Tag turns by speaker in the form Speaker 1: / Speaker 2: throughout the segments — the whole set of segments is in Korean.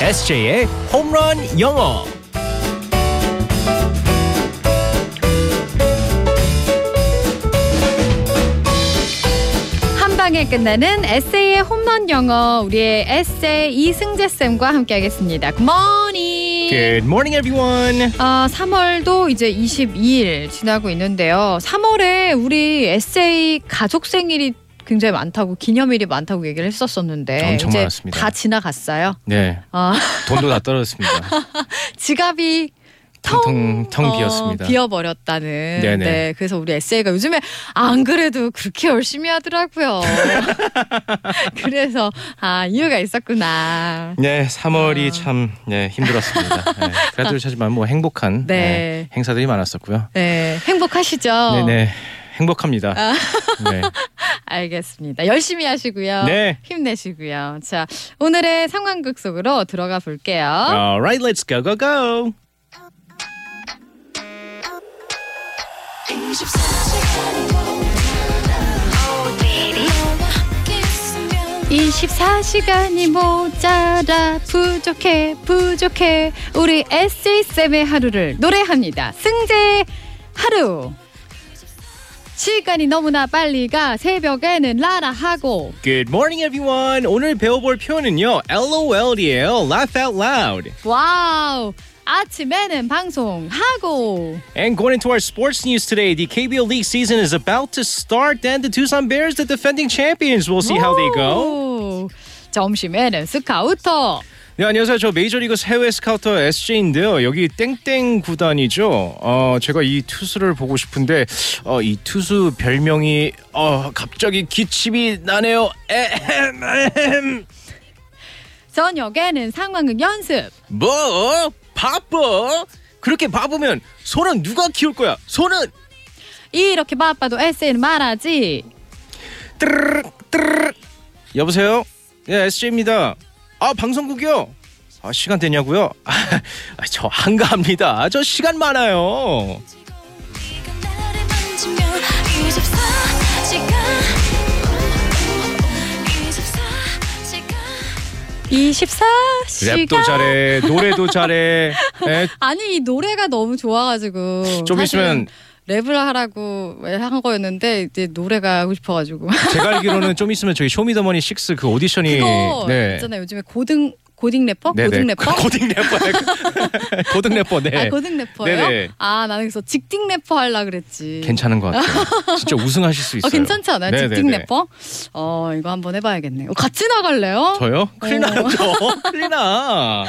Speaker 1: SJ의 홈런 영어.
Speaker 2: 한 방에 끝나는 에세이의 홈런 영어 우리의 에세이 이승재 쌤과 함께하겠습니다. 굿모닝.
Speaker 1: Good morning, everyone.
Speaker 2: 아, 3월도 이제 22일 지나고 있는데요. 3월에 우리 에세이 가족 생일이 굉장히 많다고 기념일이 많다고 얘기를 했었었는데
Speaker 1: 엄청
Speaker 2: 이제
Speaker 1: 많았습니다.
Speaker 2: 다 지나갔어요.
Speaker 1: 네,
Speaker 2: 아,
Speaker 1: 돈도 다 떨어졌습니다.
Speaker 2: 지갑이
Speaker 1: 텅텅 텅 비었습니다.
Speaker 2: 비어버렸다는.
Speaker 1: 네네.
Speaker 2: 네, 그래서 우리 에세이가 요즘에 안 그래도 그렇게 열심히 하더라고요. 그래서 아 이유가 있었구나.
Speaker 1: 네, 3월이
Speaker 2: 아.
Speaker 1: 참 네, 힘들었습니다. 네, 그래도 하지만 뭐 행복한
Speaker 2: 네.
Speaker 1: 네, 행사들이 많았었고요.
Speaker 2: 네, 행복하시죠?
Speaker 1: 네, 네, 행복합니다. 네,
Speaker 2: 알겠습니다. 열심히 하시고요.
Speaker 1: 네.
Speaker 2: 힘내시고요. 자, 오늘의 상황극 속으로 들어가 볼게요.
Speaker 1: Alright, let's go, go, go.
Speaker 2: 24시간이 모자라 부족해 부족해 우리 에세이쌤의 하루를 노래합니다. 승재 하루 시간이 너무나 빨리 가 새벽에는 라라 하고
Speaker 1: Good morning, everyone. 오늘 배워볼 표현은요, LOL이에요. Laugh out loud.
Speaker 2: 와우 아침에는 방송하고
Speaker 1: And going into our sports news today, the KBO League season is about to start, and the Tucson Bears, the defending champions, we'll see how they go.
Speaker 2: 오, 점심에는 스카우터
Speaker 1: 네, 안녕하세요. 저 메이저리그 해외 스카우터 SJ인데요. 여기 땡땡 구단이죠. 어, 제가 이 투수를 보고 싶은데, 어, 이 투수 별명이, 어, 갑자기 기침이 나네요. 에헴, 에헴.
Speaker 2: 저녁에는 상황극 연습
Speaker 1: 뭐? 바빠? 그렇게 바보면 소는 누가 키울 거야? 소는!
Speaker 2: 이렇게 바빠도 에세이는 말하지
Speaker 1: 뚜르르, 뚜르르. 여보세요? 예, SJ입니다. 아, 방송국이요? 아, 시간 되냐고요? 아, 저 한가합니다. 아, 저 시간 많아요.
Speaker 3: 시간
Speaker 2: 24시간
Speaker 1: 랩도 잘해, 노래도 잘해. 예,
Speaker 2: 아니 이 노래가 너무 좋아가지고
Speaker 1: 좀 있으면
Speaker 2: 사실은 랩을 하라고 한 거였는데 이제 노래가 하고 싶어가지고
Speaker 1: 제가 알기로는 좀 있으면 저기 쇼미더머니 6 그 오디션이 네.
Speaker 2: 그거 있잖아요 요즘에 고등 고딩 래퍼
Speaker 1: 네네.
Speaker 2: 고등 래퍼
Speaker 1: 고등 래퍼. 고등 래퍼. 네.
Speaker 2: 아 고등 래퍼예요
Speaker 1: 네네.
Speaker 2: 아 나는 그래서 직딩 래퍼 하려 그랬지
Speaker 1: 괜찮은 것 같아요. 진짜 우승하실 수 있어요.
Speaker 2: 어, 괜찮지 않아요
Speaker 1: 네네네.
Speaker 2: 직딩 래퍼 어 이거 한번 해봐야겠네 어, 같이 나갈래요
Speaker 1: 저요? 큰일 나요,
Speaker 2: 어.
Speaker 1: 저. 큰일 나.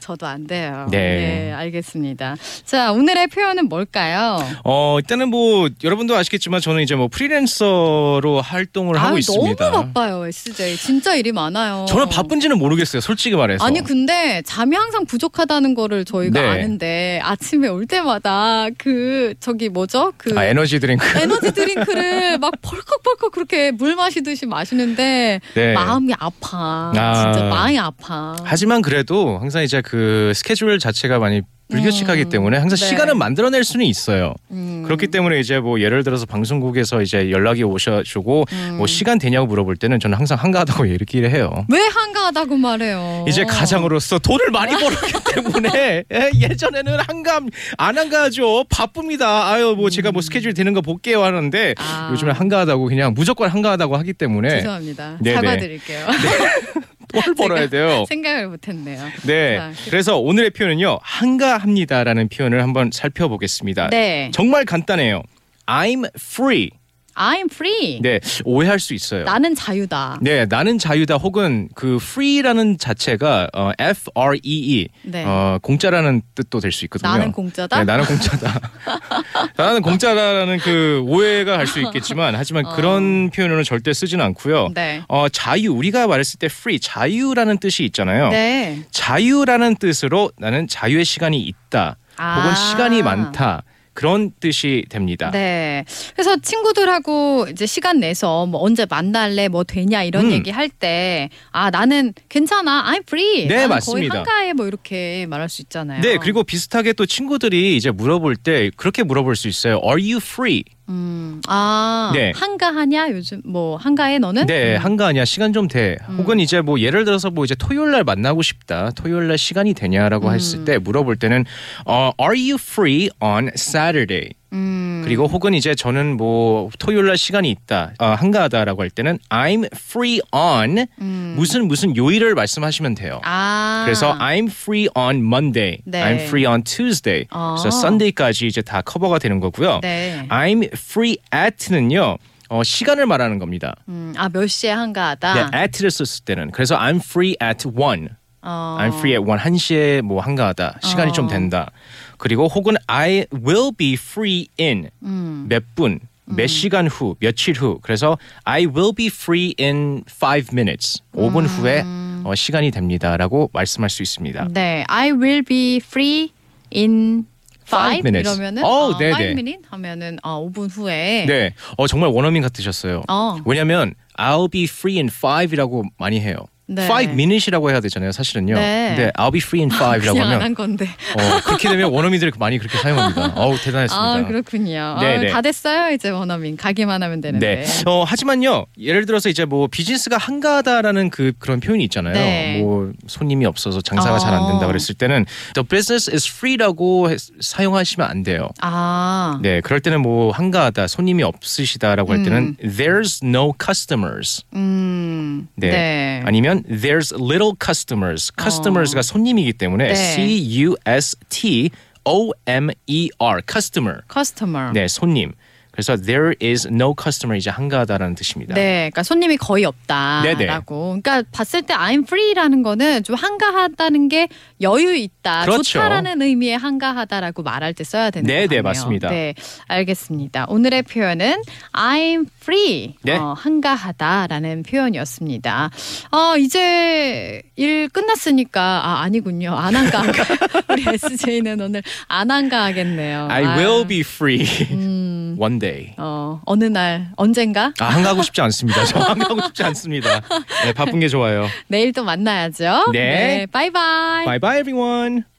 Speaker 2: 저도 안 돼요
Speaker 1: 네.
Speaker 2: 알겠습니다 자 오늘의 표현은 뭘까요
Speaker 1: 어 일단은 뭐 여러분도 아시겠지만 저는 이제 뭐 프리랜서로 활동을 하고
Speaker 2: 아유,
Speaker 1: 있습니다.
Speaker 2: 너무 바빠요 SJ 진짜 일이 많아요
Speaker 1: 저는 바쁜지는 모르겠어요, 솔직히 말해서.
Speaker 2: 아니 근데 잠이 항상 부족하다는 거를 저희가
Speaker 1: 네.
Speaker 2: 아는데 아침에 올 때마다 그 저기 뭐죠 그
Speaker 1: 아, 에너지 드링크.
Speaker 2: 에너지 드링크를 막 펄컥펄컥 그렇게 물 마시듯이 마시는데
Speaker 1: 네.
Speaker 2: 마음이 아파
Speaker 1: 아.
Speaker 2: 진짜 마음이 아파
Speaker 1: 하지만 그래도 항상 이제 그 스케줄 자체가 많이 불규칙하기
Speaker 2: 음,
Speaker 1: 때문에 항상
Speaker 2: 네.
Speaker 1: 시간을 만들어낼 수는 있어요.
Speaker 2: 음.
Speaker 1: 그렇기 때문에 이제 뭐 예를 들어서 방송국에서 이제 연락이 오셔주고
Speaker 2: 음.
Speaker 1: 뭐 시간 되냐고 물어볼 때는 저는 항상 한가하다고 얘기를 해요.
Speaker 2: 왜 한가하다고 말해요
Speaker 1: 이제 가장으로서 돈을 많이 벌었기 때문에 예, 예전에는 한감 안 한가하죠 바쁩니다 아유 뭐 제가 뭐 스케줄 되는 거 볼게요 하는데
Speaker 2: 음. 아.
Speaker 1: 요즘에 한가하다고 그냥 무조건 한가하다고 하기 때문에
Speaker 2: 죄송합니다
Speaker 1: 네네. 뭐-
Speaker 2: 사과드릴게요
Speaker 1: 돈을 벌어야 돼요
Speaker 2: 생각을 못했네요
Speaker 1: 네
Speaker 2: 자,
Speaker 1: 그래서 오늘의 표현은요 한가합니다라는 표현을 한번 살펴보겠습니다
Speaker 2: 네
Speaker 1: 정말 간단해요 I'm free
Speaker 2: I'm free
Speaker 1: 네 오해할 수 있어요
Speaker 2: 나는 자유다
Speaker 1: 네, 나는 자유다 혹은 그 free라는 자체가 어, F R E E
Speaker 2: 네.
Speaker 1: 어, 공짜라는 뜻도 될 수 있거든요.
Speaker 2: 나는 공짜다?
Speaker 1: 네, 나는 공짜다. 나는 공짜라는 그 오해가 갈 수 있겠지만 하지만 그런 표현은 절대 쓰진 않고요.
Speaker 2: 어. 네.
Speaker 1: 어, 자유 우리가 말했을 때 free 자유라는 뜻이 있잖아요.
Speaker 2: 네.
Speaker 1: 자유라는 뜻으로 나는 자유의 시간이 있다. 혹은
Speaker 2: 아.
Speaker 1: 시간이 많다. 그런 뜻이 됩니다.
Speaker 2: 네. 그래서 친구들하고 이제 시간 내서 뭐 언제 만날래, 뭐 되냐 이런
Speaker 1: 음.
Speaker 2: 얘기 할 때 아, 나는 괜찮아. I'm free.
Speaker 1: 네,
Speaker 2: 나는 거의
Speaker 1: 맞습니다.
Speaker 2: 한가해 뭐 이렇게 말할 수 있잖아요.
Speaker 1: 네, 그리고 비슷하게 또 친구들이 이제 물어볼 때 그렇게 물어볼 수 있어요. Are you free?
Speaker 2: 음, 아,
Speaker 1: 네.
Speaker 2: 한가하냐? 요즘 뭐 한가해 너는?
Speaker 1: 네,
Speaker 2: 음.
Speaker 1: 한가 아니야 시간 좀 돼.
Speaker 2: 음.
Speaker 1: 혹은 이제 뭐 예를 들어서 뭐 이제 토요일 날 만나고 싶다. 토요일 날 시간이 되냐라고
Speaker 2: 음.
Speaker 1: 했을 때 물어볼 때는 어, Are you free on Saturday?
Speaker 2: 음.
Speaker 1: 그리고 혹은 이제 저는 뭐 토요일 날 시간이 있다. 어, 한가하다라고 할 때는 I'm free on
Speaker 2: 음.
Speaker 1: 무슨 무슨 요일을 말씀하시면 돼요.
Speaker 2: 아.
Speaker 1: 그래서 I'm free on Monday.
Speaker 2: 네.
Speaker 1: I'm free on Tuesday.
Speaker 2: 아.
Speaker 1: 그래서 Sunday까지 이제 다 커버가 되는 거고요.
Speaker 2: 네.
Speaker 1: I'm free at는요. 어, 시간을 말하는 겁니다.
Speaker 2: 음, 아, 몇 시에 한가하다.
Speaker 1: 네, at를 썼을 때는 그래서 I'm free at one,
Speaker 2: 어.
Speaker 1: I'm free at one 한 시에 뭐 한가하다 시간이 좀
Speaker 2: 어.
Speaker 1: 된다. 그리고 혹은 I will be free in
Speaker 2: 음.
Speaker 1: 몇 분, 몇 시간 후, 며칠 후. 그래서 I will be free in five minutes.
Speaker 2: 음.
Speaker 1: 5분 후에 어, 시간이 됩니다라고 말씀할 수 있습니다.
Speaker 2: 네, I will be free in
Speaker 1: Five
Speaker 2: 5
Speaker 1: minutes.
Speaker 2: 이러면은
Speaker 1: 어,
Speaker 2: 어,
Speaker 1: 네네.
Speaker 2: 5 minute 하면은 어, 5분 후에
Speaker 1: 네, 어, 정말 원어민 같으셨어요.
Speaker 2: 어.
Speaker 1: 왜냐하면 I'll be free in five이라고 많이 해요.
Speaker 2: 네.
Speaker 1: Five minute이라고 해야 되잖아요, 사실은요.
Speaker 2: 네.
Speaker 1: 근데 I'll be free in five이라고
Speaker 2: 그냥
Speaker 1: 하면
Speaker 2: 안 한 건데.
Speaker 1: 어, 그렇게 되면 원어민들이 많이 그렇게 사용합니다. 어우 대단했습니다.
Speaker 2: 아, 그렇군요.
Speaker 1: 네네.
Speaker 2: 아, 다 됐어요. 이제 원어민 가기만 하면 되는데.
Speaker 1: 네. 어, 하지만요. 예를 들어서 이제 뭐 비즈니스가 한가하다라는 그 그런 표현이 있잖아요.
Speaker 2: 네.
Speaker 1: 뭐 손님이 없어서 장사가 잘 안 된다 그랬을 때는 the business is free라고 해- 사용하시면 안 돼요.
Speaker 2: 아.
Speaker 1: 네. 그럴 때는 뭐 한가하다, 손님이 없으시다라고 할 때는 there's no customers.
Speaker 2: 음.
Speaker 1: 네. 아니면 there's little customers. customers가 손님이기 때문에
Speaker 2: 어. 네.
Speaker 1: C U S T O M E R customer.
Speaker 2: customer.
Speaker 1: 네, 손님. 그래서 there is no customer 이제 한가하다라는 뜻입니다.
Speaker 2: 네, 그러니까 손님이 거의
Speaker 1: 네네.
Speaker 2: 없다라고. 그러니까 봤을 때 I'm free라는 거는 좀 한가하다는 게 여유 있다,
Speaker 1: 그렇죠.
Speaker 2: 좋다라는 의미의 한가하다라고 말할 때 써야 되는
Speaker 1: 네네,
Speaker 2: 거네요.
Speaker 1: 맞습니다.
Speaker 2: 네, 알겠습니다. 오늘의 표현은 I'm free,
Speaker 1: 네.
Speaker 2: 어, 한가하다라는 표현이었습니다. 어, 이제 일 끝났으니까 아 아니군요, 안 한가. 우리 SJ는 오늘 안 한가하겠네요.
Speaker 1: I
Speaker 2: 아,
Speaker 1: will be free
Speaker 2: 음,
Speaker 1: one day.
Speaker 2: 어 어느 날 언젠가
Speaker 1: 아, 한가하고 싶지 않습니다. 저 한가하고 싶지 않습니다. 네, 바쁜 게 좋아요.
Speaker 2: 내일 또 만나야죠.
Speaker 1: 네.
Speaker 2: 바이바이.
Speaker 1: Bye bye everyone.